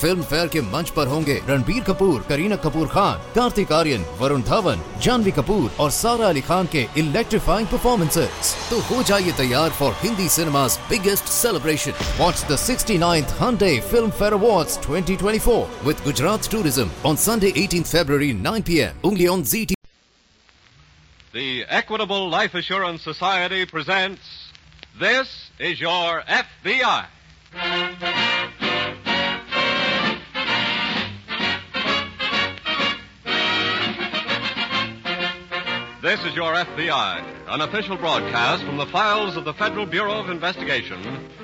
Film fair के मंच पर होंगे रणबीर कपूर करीना कपूर खान कार्तिक आर्यन वरुण धावन जानवी कपूर और सारा अली खान के इलेक्ट्रीफाइंग परफॉर्मेंसेस तो हो जाइए तैयार for Hindi cinema's biggest celebration watch the 69th Hyundai Film Fair Awards 2024 with Gujarat Tourism on Sunday 18th February 9 p.m. only on ZT. The Equitable Life Assurance Society presents This is Your FBI. This is Your FBI, an official broadcast from the files of the Federal Bureau of Investigation,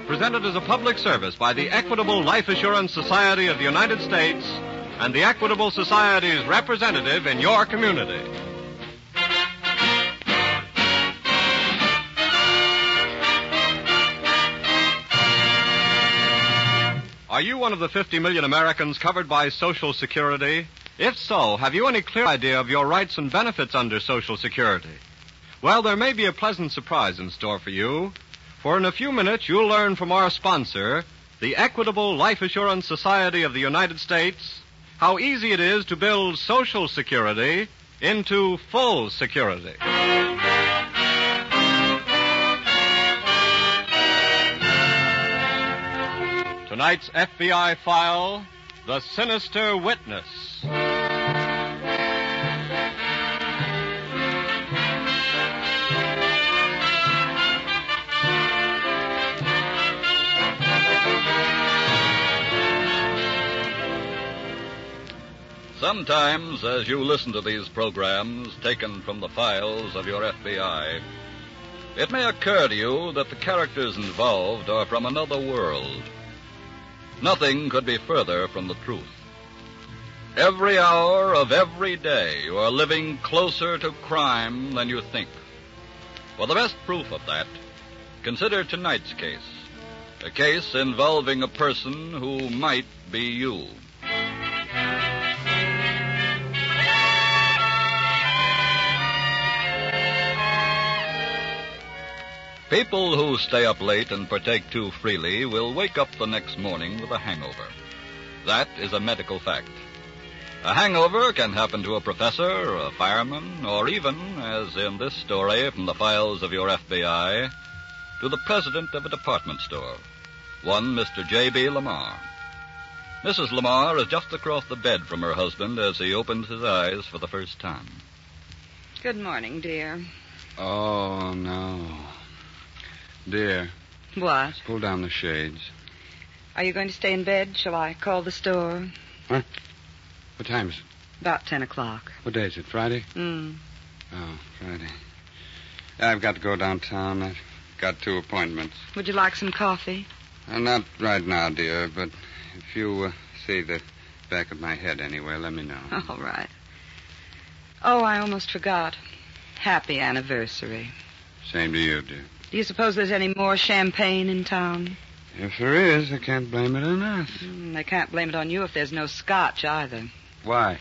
presented as a public service by the Equitable Life Assurance Society of the United States and the Equitable Society's representative in your community. Are you one of the 50 million Americans covered by Social Security? If so, have you any clear idea of your rights and benefits under Social Security? Well, there may be a pleasant surprise in store for you, for in a few minutes you'll learn from our sponsor, the Equitable Life Assurance Society of the United States, how easy it is to build Social Security into full security. Tonight's FBI file The Sinister Witness. Sometimes, as you listen to these programs taken from the files of your FBI, it may occur to you that the characters involved are from another world. Nothing could be further from the truth. Every hour of every day, you are living closer to crime than you think. For the best proof of that, consider tonight's case a case involving a person who might be you. People who stay up late and partake too freely will wake up the next morning with a hangover. That is a medical fact. A hangover can happen to a professor, a fireman, or even, as in this story from the files of your FBI, to the president of a department store, one Mr. J.B. Lamar. Mrs. Lamar is just across the bed from her husband as he opens his eyes for the first time. Good morning, dear. Oh, no. Dear, What? pull down the shades. Are you going to stay in bed? Shall I call the store? What time is it? About 10 o'clock. What day is it? Friday? Mm. Oh, Friday. I've got to go downtown. I've got two appointments. Would you like some coffee? Uh, not right now, dear, but if you uh, see the back of my head anywhere, let me know. All right. Oh, I almost forgot. Happy anniversary. Same to you, dear. Do you suppose there's any more champagne in town? If there is, I can't blame it on us. Mm, they can't blame it on you if there's no scotch either. Why?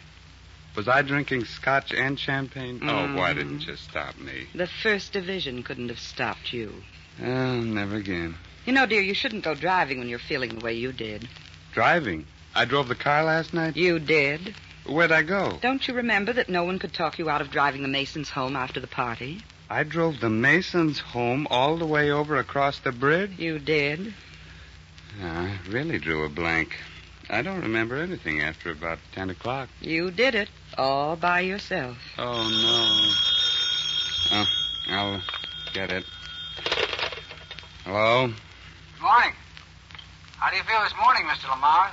Was I drinking scotch and champagne? Mhm. Oh, why didn't you stop me? The first division couldn't have stopped you. Oh, never again. You know, dear, you shouldn't go driving when you're feeling the way you did. Driving. I drove the car last night. You did. Where'd I go? Don't you remember that no one could talk you out of driving the Masons home after the party? I drove the Masons home all the way over across the bridge. You did. I really drew a blank. I don't remember anything after about 10 o'clock. You did it all by yourself. Oh, no. Oh, I'll get it. Hello? Good morning. How do you feel this morning, Mr. Lamar?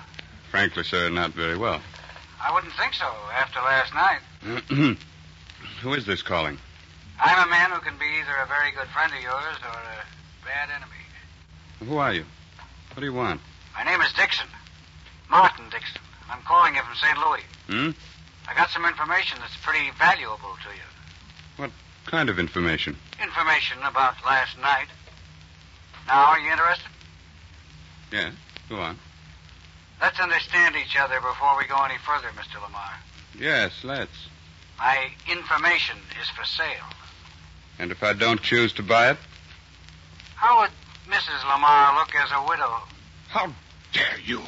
Frankly, sir, not very well. I wouldn't think so after last night. Who is this calling? I'm a man who can be either a very good friend of yours or a bad enemy. Who are you? What do you want? My name is Dixon. Martin Dixon. And I'm calling you from St. Louis. Hmm? I got some information that's pretty valuable to you. Kind of information. Information about last night. Now, are you interested? Yeah, go on. Let's understand each other before we go any further, Mr. Lamar. Yes, let's. My information is for sale. And if I don't choose to buy it? How would Mrs. Lamar look as a widow? How dare you?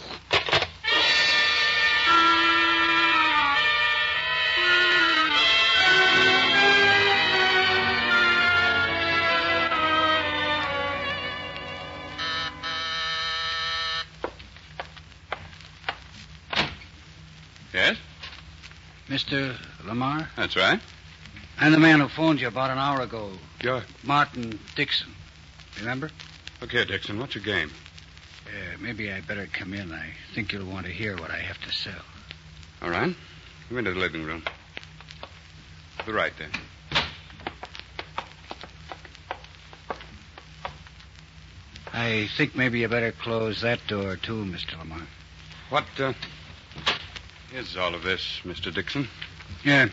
Yes? Mr. Lamar? That's right. I'm the man who phoned you about an hour ago. Yeah. Martin Dixon. Remember? Okay, Dixon, what's your game? Uh, maybe I better come in. I think you'll want to hear what I have to sell. All right. Come into the living room. To the right there. I think maybe you better close that door, too, Mr. Lamar. What uh, is all of this, Mr. Dixon? Yeah.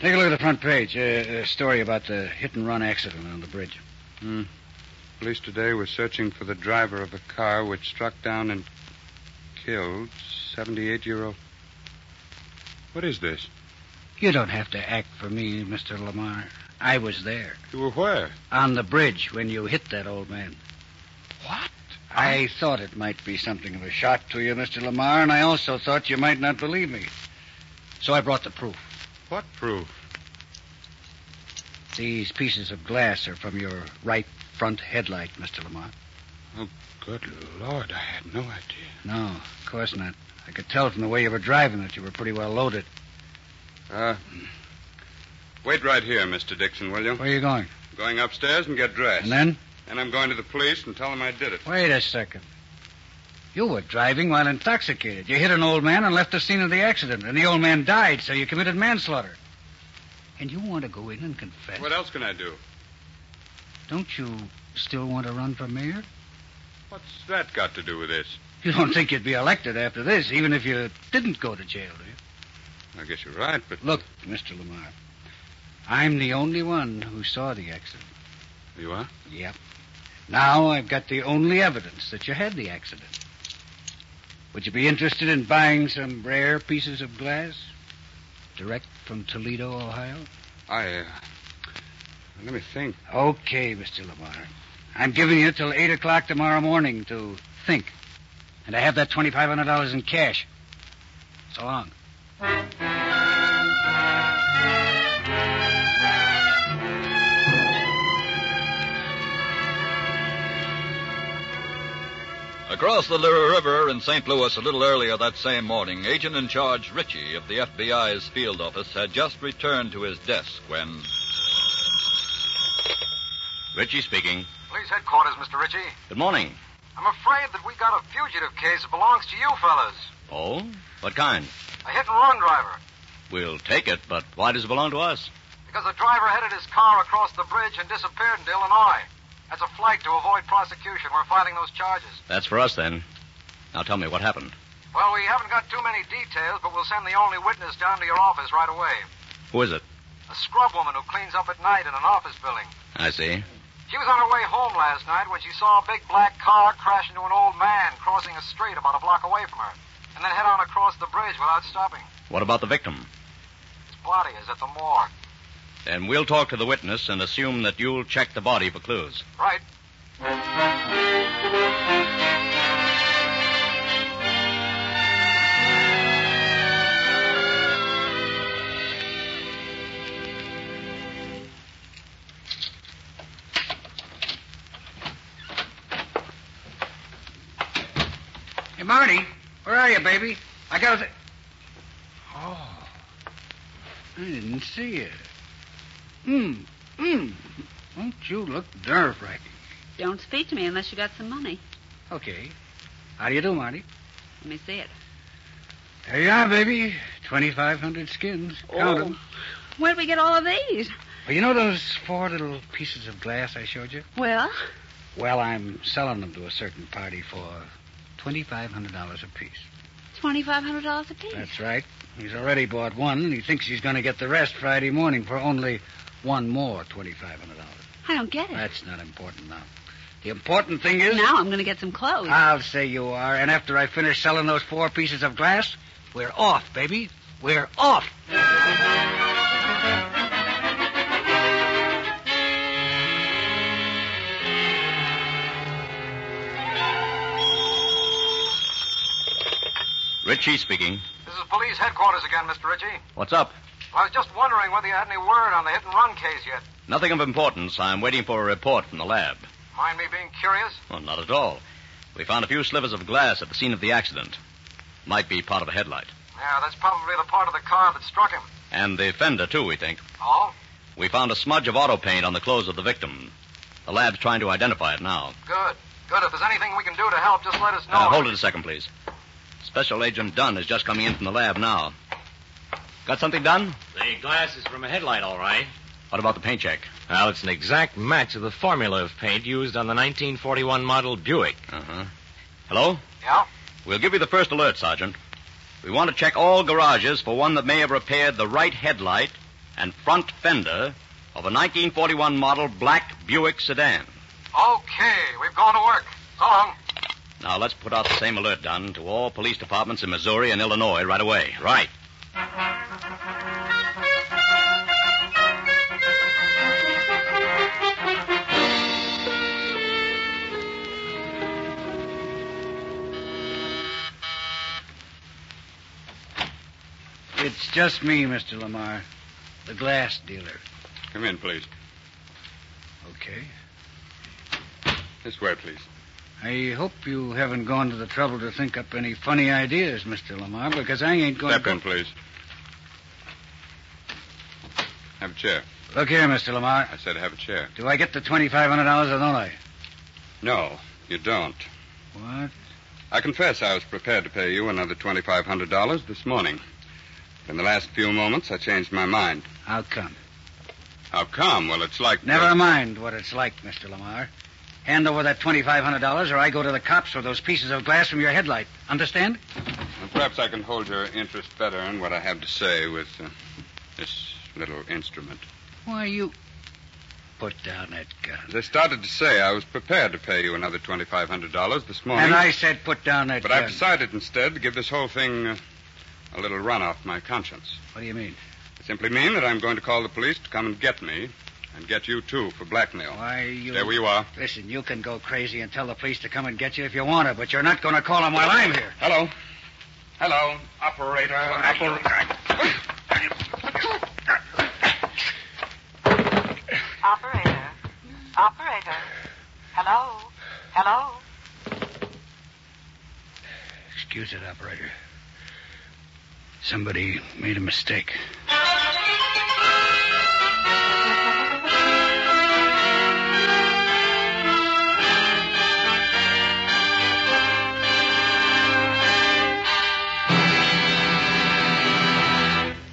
Take a look at the front page. A uh, story about the hit and run accident on the bridge. Hmm. Police today were searching for the driver of a car which struck down and killed 78 year old. What is this? You don't have to act for me, Mr. Lamar. I was there You were where? on the bridge when you hit that old man. What? I thought it might be something of a shock to you, Mr. Lamar, and I also thought you might not believe me. So I brought the proof. What proof? These pieces of glass are from your right front headlight, Mr. Lamar. Oh, Good Lord, I had no idea. No, of course not. I could tell from the way you were driving that you were pretty well loaded. Uh, wait right here, Mr. Dixon, will you? Where are you going? Going upstairs and get dressed. And then? And I'm going to the police and tell them I did it. Wait a second. You were driving while intoxicated. You hit an old man and left the scene of the accident, and the old man died, so you committed manslaughter. And you want to go in and confess? What else can I do? Don't you still want to run for mayor? What's that got to do with this? You don't think you'd be elected after this, even if you didn't go to jail, do you? I guess you're right, but Look, Mr. Lamar, I'm the only one who saw the accident. you are. Yep. Now I've got the only evidence that you had the accident. Would you be interested in buying some rare pieces of glass? Direct from Toledo, Ohio? I. Uh, let me think. Okay, Mr. Lamar. I'm giving you till 8 o'clock tomorrow morning to think. And I have that $2,500 in cash. So long. Across the Little River in St. Louis a little earlier that same morning, agent in charge Ritchie of the FBI's field office had just returned to his desk when. Richie speaking. Police headquarters, Mr. Ritchie. Good morning. I'm afraid that we got a fugitive case that belongs to you fellas. Oh? What kind? A hit and run driver. We'll take it, but why does it belong to us? Because the driver headed his car across the bridge and disappeared into Illinois. That's a flight to avoid prosecution. We're filing those charges. That's for us then. Now tell me what happened. Well, we haven't got too many details, but we'll send the only witness down to your office right away. Who is it? A scrub woman who cleans up at night in an office building. I see. She was on her way home last night when she saw a big black car crash into an old man crossing a street about a block away from her, and then head on across the bridge without stopping. What about the victim? His body is at the morgue. Then we'll talk to the witness and assume that you'll check the body for clues. Right. Hey, Marty, where are you, baby? I got a. Th- oh. I didn't see you. Mmm. Mmm. Won't you look nerve wracking? Don't speak to me unless you got some money. Okay. How do you do, Marty? Let me see it. There you are, baby. 2,500 skins. Count 'em. Where'd we get all of these? Well, you know those four little pieces of glass I showed you? Well, Well, I'm selling them to a certain party for $2,500 apiece. twenty-five hundred dollars apiece. That's right. He's already bought one, and he thinks he's going to get the rest Friday morning for only one more $2,500. I don't get it. That's not important now. The important thing is. Ah. now I'm going to get some clothes. I'll say you are, and after I finish selling those four pieces of glass, we're off, baby. We're off. Richie speaking. This is police headquarters again, Mr. Ritchie. What's up? Well, I was just wondering whether you had any word on the hit and run case yet. Nothing of importance. I'm waiting for a report from the lab. Mind me being curious? Well, not at all. We found a few slivers of glass at the scene of the accident. Might be part of a headlight. Yeah, that's probably the part of the car that struck him. And the fender, too, we think. Oh? We found a smudge of auto paint on the clothes of the victim. The lab's trying to identify it now. Good. Good. If there's anything we can do to help, just let us know. Oh. Uh, hold it a second, please. Special Agent Dunn is just coming in from the lab now. Got something done? The glass is from a headlight, all right. What about the paint check? Well, it's an exact match of the formula of paint used on the 1941 model Buick. Uh huh. Hello? Yeah? We'll give you the first alert, Sergeant. We want to check all garages for one that may have repaired the right headlight and front fender of a 1941 model black Buick sedan. Okay, we've gone to work. So long. Now let's put out the same alert, Dunn, to all police departments in Missouri and Illinois right away. Right. It's just me, Mr. Lamar, the glass dealer. Come in, please. Okay. This way, please. I hope you haven't gone to the trouble to think up any funny ideas, Mr. Lamar, because I ain't going Step to. in, please. Have a chair. Look here, Mr. Lamar. I said have a chair. Do I get the $2,500 or don't I? No, you don't. What? I confess I was prepared to pay you another $2,500 this morning. In the last few moments, I changed my mind. How come? How come? Well, it's like. Never mind what it's like, Mr. Lamar. Hand over that $2,500 or I go to the cops for those pieces of glass from your headlight. Understand? Well, perhaps I can hold your interest better in what I have to say with uh, this little instrument. Why, you. Put down that gun. As I started to say, I was prepared to pay you another $2,500 this morning. And I said put down that But gun. I've decided instead to give this whole thing uh, a little run off my conscience. What do you mean? It simply means that I'm going to call the police to come and get me, and get you, too, for blackmail. Why, you. There you are. Listen, you can go crazy and tell the police to come and get you if you want to, but you're not going to call them while I'm here. Hello. Hello, operator. Operator. Operator. Operator. Hello? Hello? Excuse it, operator. Somebody made a mistake.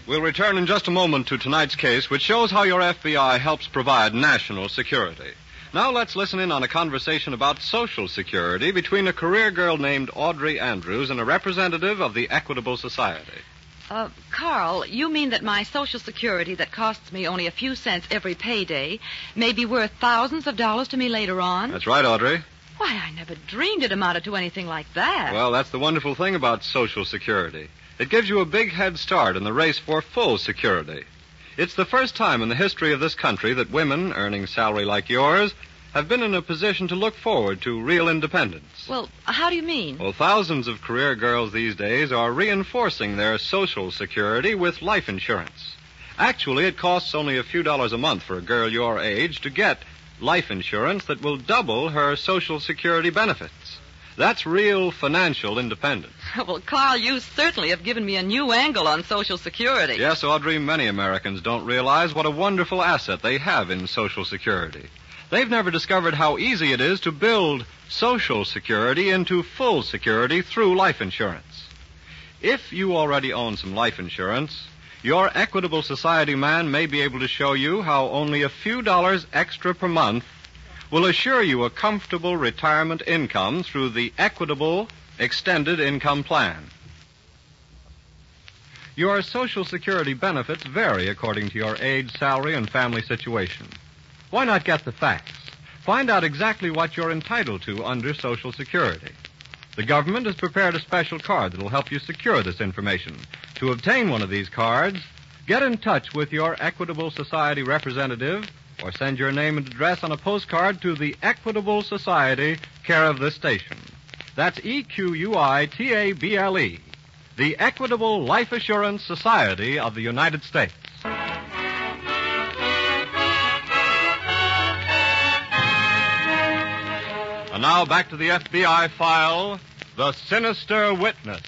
We'll return in just a moment to tonight's case, which shows how your FBI helps provide national security. Now let's listen in on a conversation about Social Security between a career girl named Audrey Andrews and a representative of the Equitable Society. Uh, Carl, you mean that my Social Security that costs me only a few cents every payday may be worth thousands of dollars to me later on? That's right, Audrey. Why, I never dreamed it amounted to anything like that. Well, that's the wonderful thing about Social Security. It gives you a big head start in the race for full security. It's the first time in the history of this country that women earning salary like yours have been in a position to look forward to real independence. Well, how do you mean? Well, thousands of career girls these days are reinforcing their social security with life insurance. Actually, it costs only a few dollars a month for a girl your age to get life insurance that will double her social security benefits. That's real financial independence. well, Carl, you certainly have given me a new angle on Social Security. Yes, Audrey, many Americans don't realize what a wonderful asset they have in Social Security. They've never discovered how easy it is to build Social Security into full security through life insurance. If you already own some life insurance, your Equitable Society man may be able to show you how only a few dollars extra per month will assure you a comfortable retirement income through the Equitable Extended Income Plan. Your Social Security benefits vary according to your age, salary, and family situation. Why not get the facts? Find out exactly what you're entitled to under Social Security. The government has prepared a special card that will help you secure this information. To obtain one of these cards, get in touch with your Equitable Society representative or send your name and address on a postcard to the Equitable Society, care of this station. That's E Q U I T A B L E, the Equitable Life Assurance Society of the United States. And now back to the FBI file The Sinister Witness.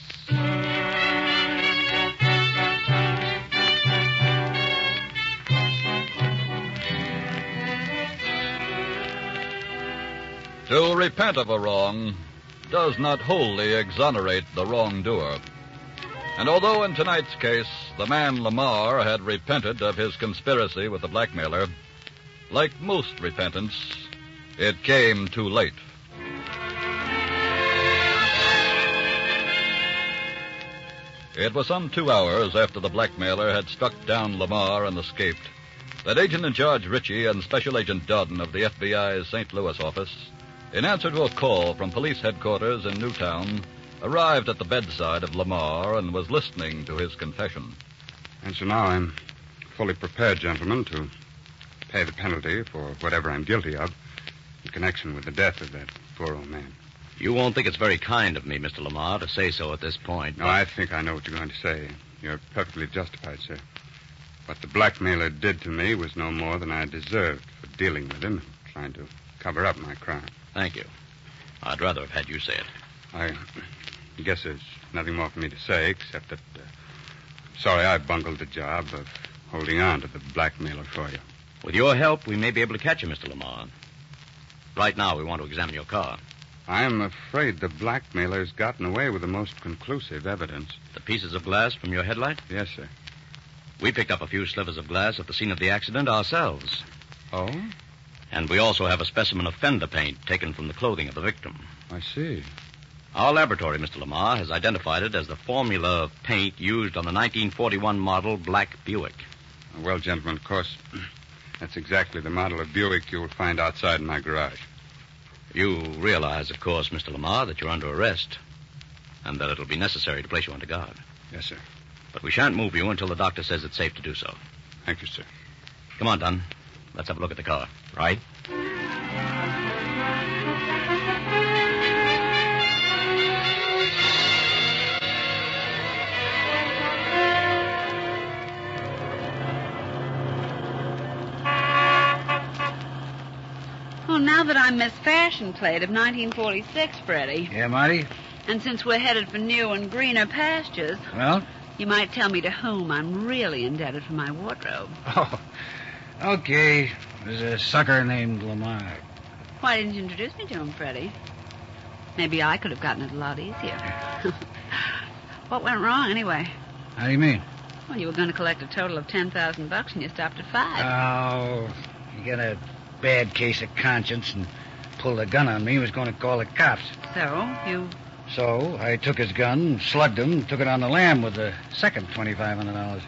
To repent of a wrong does not wholly exonerate the wrongdoer. And although in tonight's case the man Lamar had repented of his conspiracy with the blackmailer, like most repentance, it came too late. It was some two hours after the blackmailer had struck down Lamar and escaped that Agent in Charge Ritchie and Special Agent Dodden of the FBI's St. Louis office, in answer to a call from police headquarters in Newtown, arrived at the bedside of Lamar and was listening to his confession. And so now I'm fully prepared, gentlemen, to pay the penalty for whatever I'm guilty of in connection with the death of that poor old man. You won't think it's very kind of me, Mr. Lamar, to say so at this point. No, I think I know what you're going to say. You're perfectly justified, sir. What the blackmailer did to me was no more than I deserved for dealing with him, trying to cover up my crime. Thank you. I'd rather have had you say it. I guess there's nothing more for me to say except that uh, I'm sorry I bungled the job of holding on to the blackmailer for you. With your help, we may be able to catch you, Mr. Lamar. Right now, we want to examine your car. I'm afraid the blackmailer's gotten away with the most conclusive evidence. The pieces of glass from your headlight? Yes, sir. We picked up a few slivers of glass at the scene of the accident ourselves. Oh? And we also have a specimen of fender paint taken from the clothing of the victim. I see. Our laboratory, Mr. Lamar, has identified it as the formula of paint used on the 1941 model Black Buick. Well, gentlemen, of course, that's exactly the model of Buick you'll find outside my garage. You realize, of course, Mr. Lamar, that you're under arrest and that it'll be necessary to place you under guard. Yes, sir. But we shan't move you until the doctor says it's safe to do so. Thank you, sir. Come on, Dunn. Let's have a look at the car. Right. Well, now that I'm Miss Fashion Plate of 1946, Freddie, Yeah, Marty? and since we're headed for new and greener pastures, Well? you might tell me to whom I'm really indebted for my wardrobe. Oh. Okay. There's a sucker named Lamar. Why didn't you introduce me to him, Freddie? Maybe I could have gotten it a lot easier. what went wrong, anyway? How do you mean? Well, you were going to collect a total of 10000 bucks, and you stopped at five. Oh, you got a bad case of conscience and pulled a gun on me. Was going to call the cops. so, you... So I took his gun, slugged him, and took it on the lamb with the second twenty-five hundred dollars.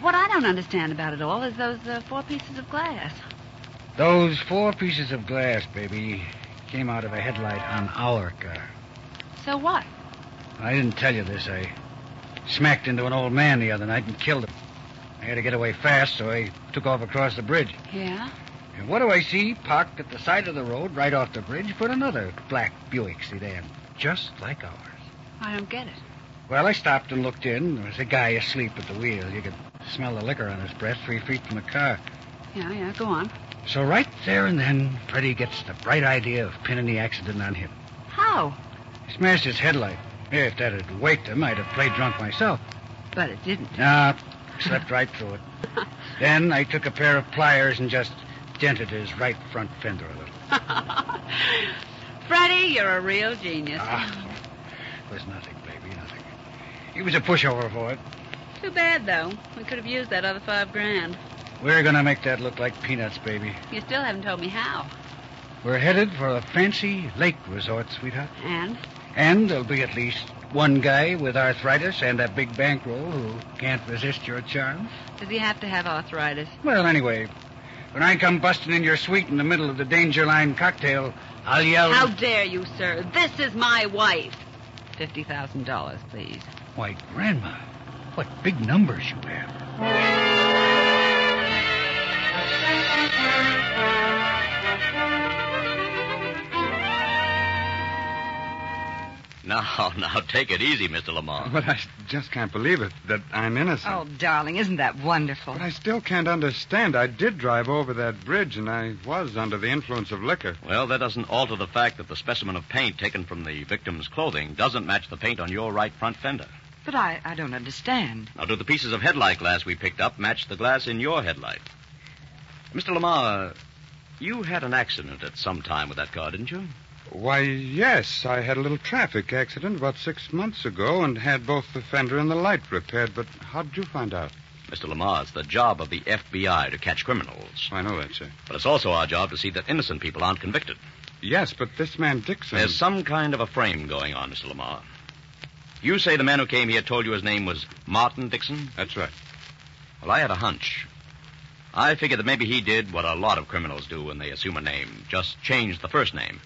What I don't understand about it all is those uh, four pieces of glass. Those four pieces of glass, baby, came out of a headlight on our car. So what? I didn't tell you this. I smacked into an old man the other night and killed him. I had to get away fast, so I took off across the bridge. Yeah? And what do I see parked at the side of the road, right off the bridge, but another black Buick sedan, just like ours. I don't get it. Well, I stopped and looked in. There was a guy asleep at the wheel. You could smell the liquor on his breath three feet from the car. Yeah, yeah, go on. So right there and then, Freddie gets the bright idea of pinning the accident on him. How? He smashed his headlight. If that had waked him, I'd have played drunk myself. But it didn't. Nah, slept right through it. then I took a pair of pliers and just dented his right front fender a little. Freddie, you're a real genius. Ah. It was nothing, baby, nothing. He was a pushover for it. Too bad, though. We could have used that other five grand. We're going to make that look like peanuts, baby. You still haven't told me how. We're headed for a fancy lake resort, sweetheart. And? And there'll be at least one guy with arthritis and a big bankroll who can't resist your charm. Does he have to have arthritis? Well, anyway, when I come busting in your suite in the middle of the danger line cocktail, I'll yell. How dare you, sir? This is my wife. $50,000, please. Why, Grandma, what big numbers you have. Now, now, take it easy, Mr. Lamar. But I just can't believe it that I'm innocent. Oh, darling, isn't that wonderful? But I still can't understand. I did drive over that bridge, and I was under the influence of liquor. Well, that doesn't alter the fact that the specimen of paint taken from the victim's clothing doesn't match the paint on your right front fender. But I, I don't understand. Now, do the pieces of headlight glass we picked up match the glass in your headlight? Mr. Lamar, you had an accident at some time with that car, didn't you? Why, yes, I had a little traffic accident about six months ago and had both the fender and the light repaired, but how'd you find out? Mr. Lamar, it's the job of the FBI to catch criminals. I know that, sir. But it's also our job to see that innocent people aren't convicted. Yes, but this man Dixon. There's some kind of a frame going on, Mr. Lamar. You say the man who came here told you his name was Martin Dixon? That's right. Well, I had a hunch. I figured that maybe he did what a lot of criminals do when they assume a name, just change the first name.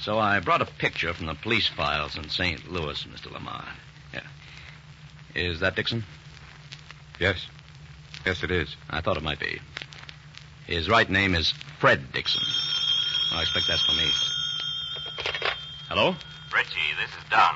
So I brought a picture from the police files in St. Louis, Mr. Lamar. Yeah. Is that Dixon? Yes. Yes, it is. I thought it might be. His right name is Fred Dixon. I expect that's for me. Hello? Richie, this is Dunn.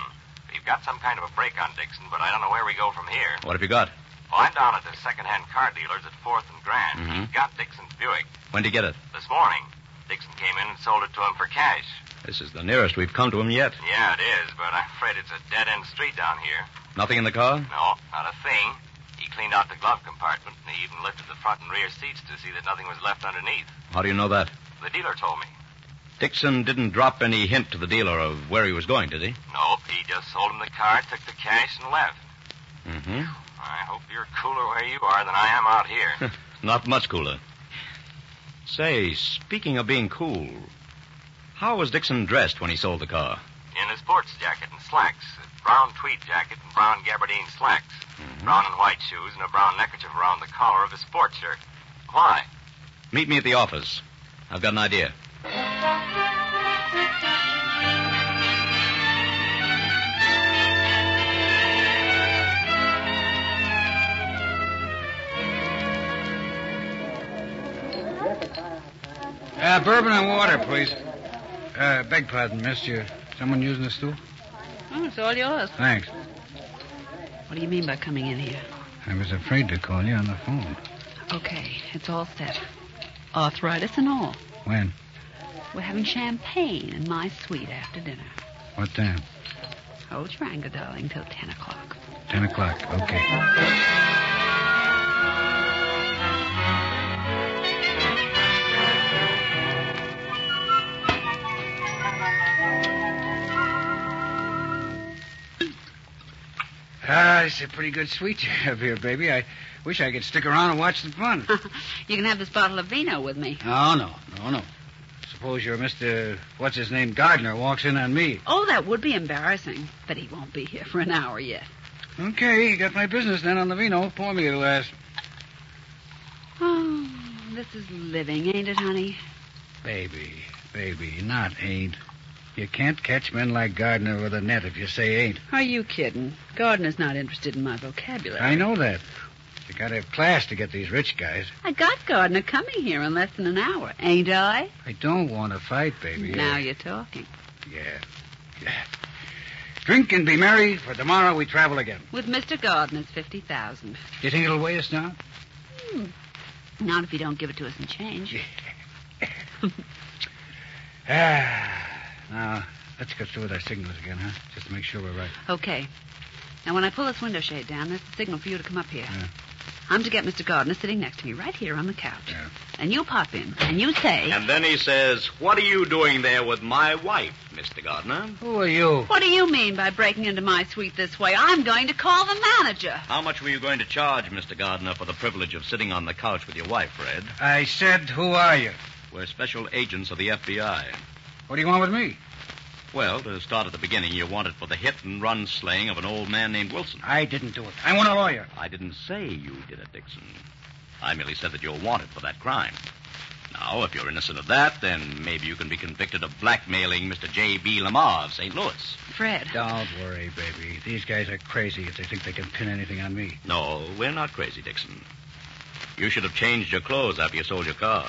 We've got some kind of a break on Dixon, but I don't know where we go from here. What have you got? Well, I'm down at the second-hand car dealer's at 4th and Grand. Mhm. He's got Dixon's Buick. When did you get it? This morning, Dixon came in and sold it to him for cash. This is the nearest we've come to him yet. Yeah, it is, but I'm afraid it's a dead-end street down here. Nothing in the car? No, not a thing. He cleaned out the glove compartment, and he even lifted the front and rear seats to see that nothing was left underneath. How do you know that? The dealer told me. Dixon didn't drop any hint to the dealer of where he was going, did he? Nope, he just sold him the car, took the cash, and left. Mm-hmm. I hope you're cooler where you are than I am out here. Not much cooler. Say, speaking of being cool, how was Dixon dressed when he sold the car? In a sports jacket and slacks, a brown tweed jacket and brown gabardine slacks, brown and white shoes, and a brown neckerchief around the collar of his sports shirt. Why? Meet me at the office. I've got an idea. Uh, bourbon and water, please. Uh, beg pardon, miss. You, someone using the stool? Oh, it's all yours. Thanks. What do you mean by coming in here? I was afraid to call you on the phone. Okay, it's all set. Arthritis and all. When? We're having champagne in my suite after dinner. What time? Hold your anger, darling, till 10 o'clock. Ten o'clock. Okay. Ah, it's a pretty good suite you have here, baby. I wish I could stick around and watch the fun. You can have this bottle of vino with me. Oh, no, no, no, no. Suppose your Mr. What's his name Gardner walks in on me. Oh, that would be embarrassing, but he won't be here for an hour yet. Okay, you got my business then on the vino. Pour me a glass. Oh, this is living, ain't it, honey? Baby, baby, not ain't. You can't catch men like Gardner with a net if you say ain't. Are you kidding? Gardner's not interested in my vocabulary. I know that. You gotta have class to get these rich guys. I got Gardner coming here in less than an hour, ain't I? I don't want to fight, baby. Now you're talking. Yeah. Yeah. Drink and be merry, for tomorrow we travel again. With Mr. Gardner's 50000 You think it'll weigh us down? hmm. Not if you don't give it to us in change. Ah. Now, let's go through with our signals again, huh? Just to make sure we're right. Okay. Now, when I pull this window shade down, that's the signal for you to come up here. Yeah. I'm to get Mr. Gardner sitting next to me right here on the couch. And you pop in, and you say, And then he says, What are you doing there with my wife, Mr. Gardner? Who are you? What do you mean by breaking into my suite this way? I'm going to call the manager. How much were you going to charge Mr. Gardner for the privilege of sitting on the couch with your wife, Fred? I said, who are you? We're special agents of the FBI. What do you want with me? Well, to start at the beginning, you're wanted for the hit and run slaying of an old man named Wilson. I didn't do it. I want a lawyer. I didn't say you did it, Dixon. I merely said that you're wanted for that crime. Now, if you're innocent of that, then maybe you can be convicted of blackmailing Mr. J.B. Lamar of St. Louis. Fred. Don't worry, baby. These guys are crazy if they think they can pin anything on me. No, we're not crazy, Dixon. You should have changed your clothes after you sold your car.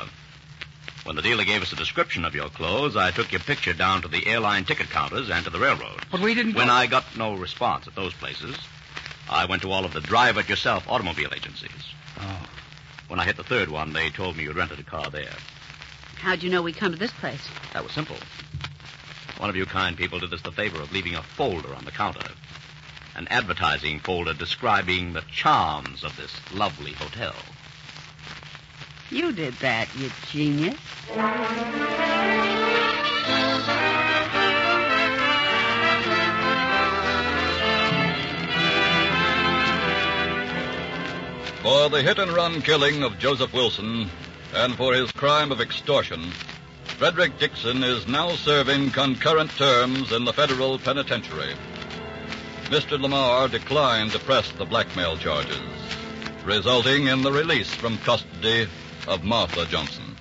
When the dealer gave us a description of your clothes, I took your picture down to the airline ticket counters and to the railroad. But we didn't. When I got no response at those places, I went to all of the drive it yourself automobile agencies. Oh. When I hit the third one, they told me you rented a car there. How'd you know we'd come to this place? That was simple. One of you kind people did us the favor of leaving a folder on the counter. An advertising folder describing the charms of this lovely hotel. You did that, you genius. For the hit and run killing of Joseph Wilson and for his crime of extortion, Frederick Dixon is now serving concurrent terms in the federal penitentiary. Mr. Lamar declined to press the blackmail charges, resulting in the release from custody of Martha Johnson.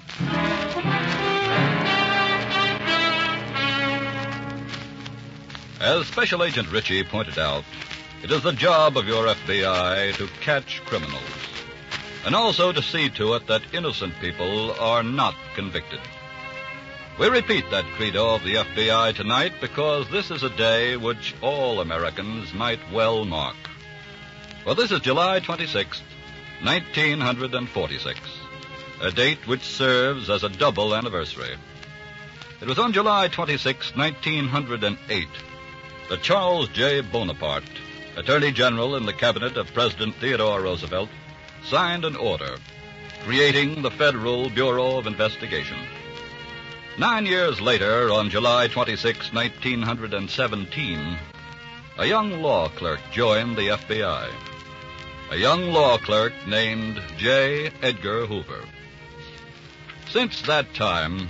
As Special Agent Ritchie pointed out, it is the job of your FBI to catch criminals and also to see to it that innocent people are not convicted. We repeat that credo of the FBI tonight because this is a day which all Americans might well mark. Well, this is July 26th, 1946, a date which serves as a double anniversary. It was on July 26, 1908, that Charles J. Bonaparte Attorney General in the cabinet of President Theodore Roosevelt, signed an order creating the Federal Bureau of Investigation. Nine years later, on July 26, 1917, a young law clerk joined the FBI. A young law clerk named J. Edgar Hoover. Since that time,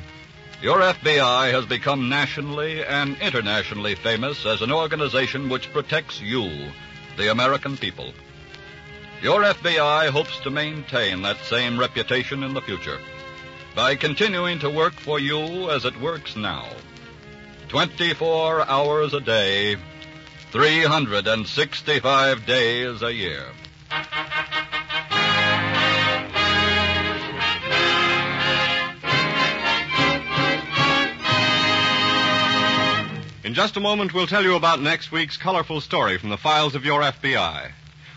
your FBI has become nationally and internationally famous as an organization which protects you, the American people. Your FBI hopes to maintain that same reputation in the future by continuing to work for you as it works now. 24 hours a day, 365 days a year. In just a moment, we'll tell you about next week's colorful story from the files of your FBI.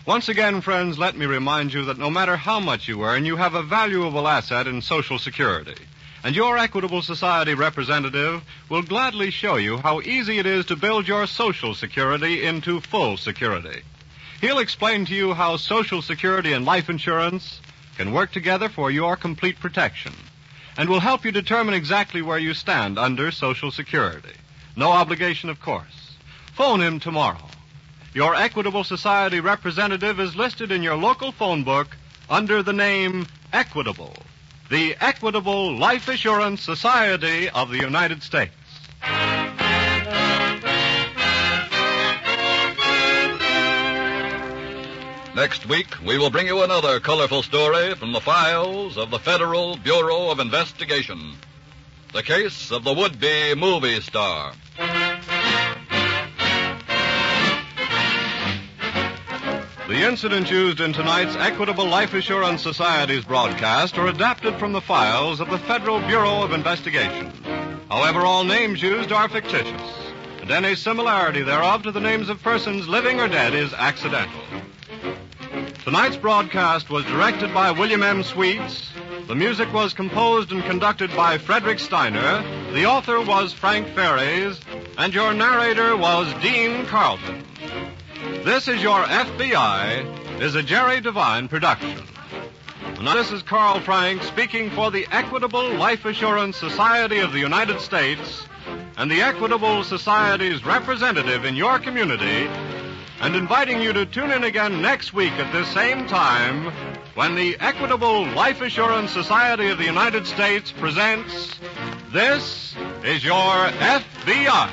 Once again, friends, let me remind you that no matter how much you earn, you have a valuable asset in Social Security. And your Equitable Society representative will gladly show you how easy it is to build your Social Security into full security. He'll explain to you how Social Security and life insurance can work together for your complete protection and will help you determine exactly where you stand under Social Security. No obligation, of course. Phone him tomorrow. Your Equitable Society representative is listed in your local phone book under the name Equitable, the Equitable Life Assurance Society of the United States. Next week, we will bring you another colorful story from the files of the Federal Bureau of Investigation. The case of the would-be movie star. The incidents used in tonight's Equitable Life Assurance Society's broadcast are adapted from the files of the Federal Bureau of Investigation. However, all names used are fictitious, and any similarity thereof to the names of persons living or dead is accidental. Tonight's broadcast was directed by William M. Sweets. The music was composed and conducted by Frederick Steiner. The author was Frank Ferries, and your narrator was Dean Carlton. This is Your FBI is a Jerry Devine production. Now, this is Carl Frank speaking for the Equitable Life Assurance Society of the United States and the Equitable Society's representative in your community and inviting you to tune in again next week at this same time when the Equitable Life Assurance Society of the United States presents This is Your FBI.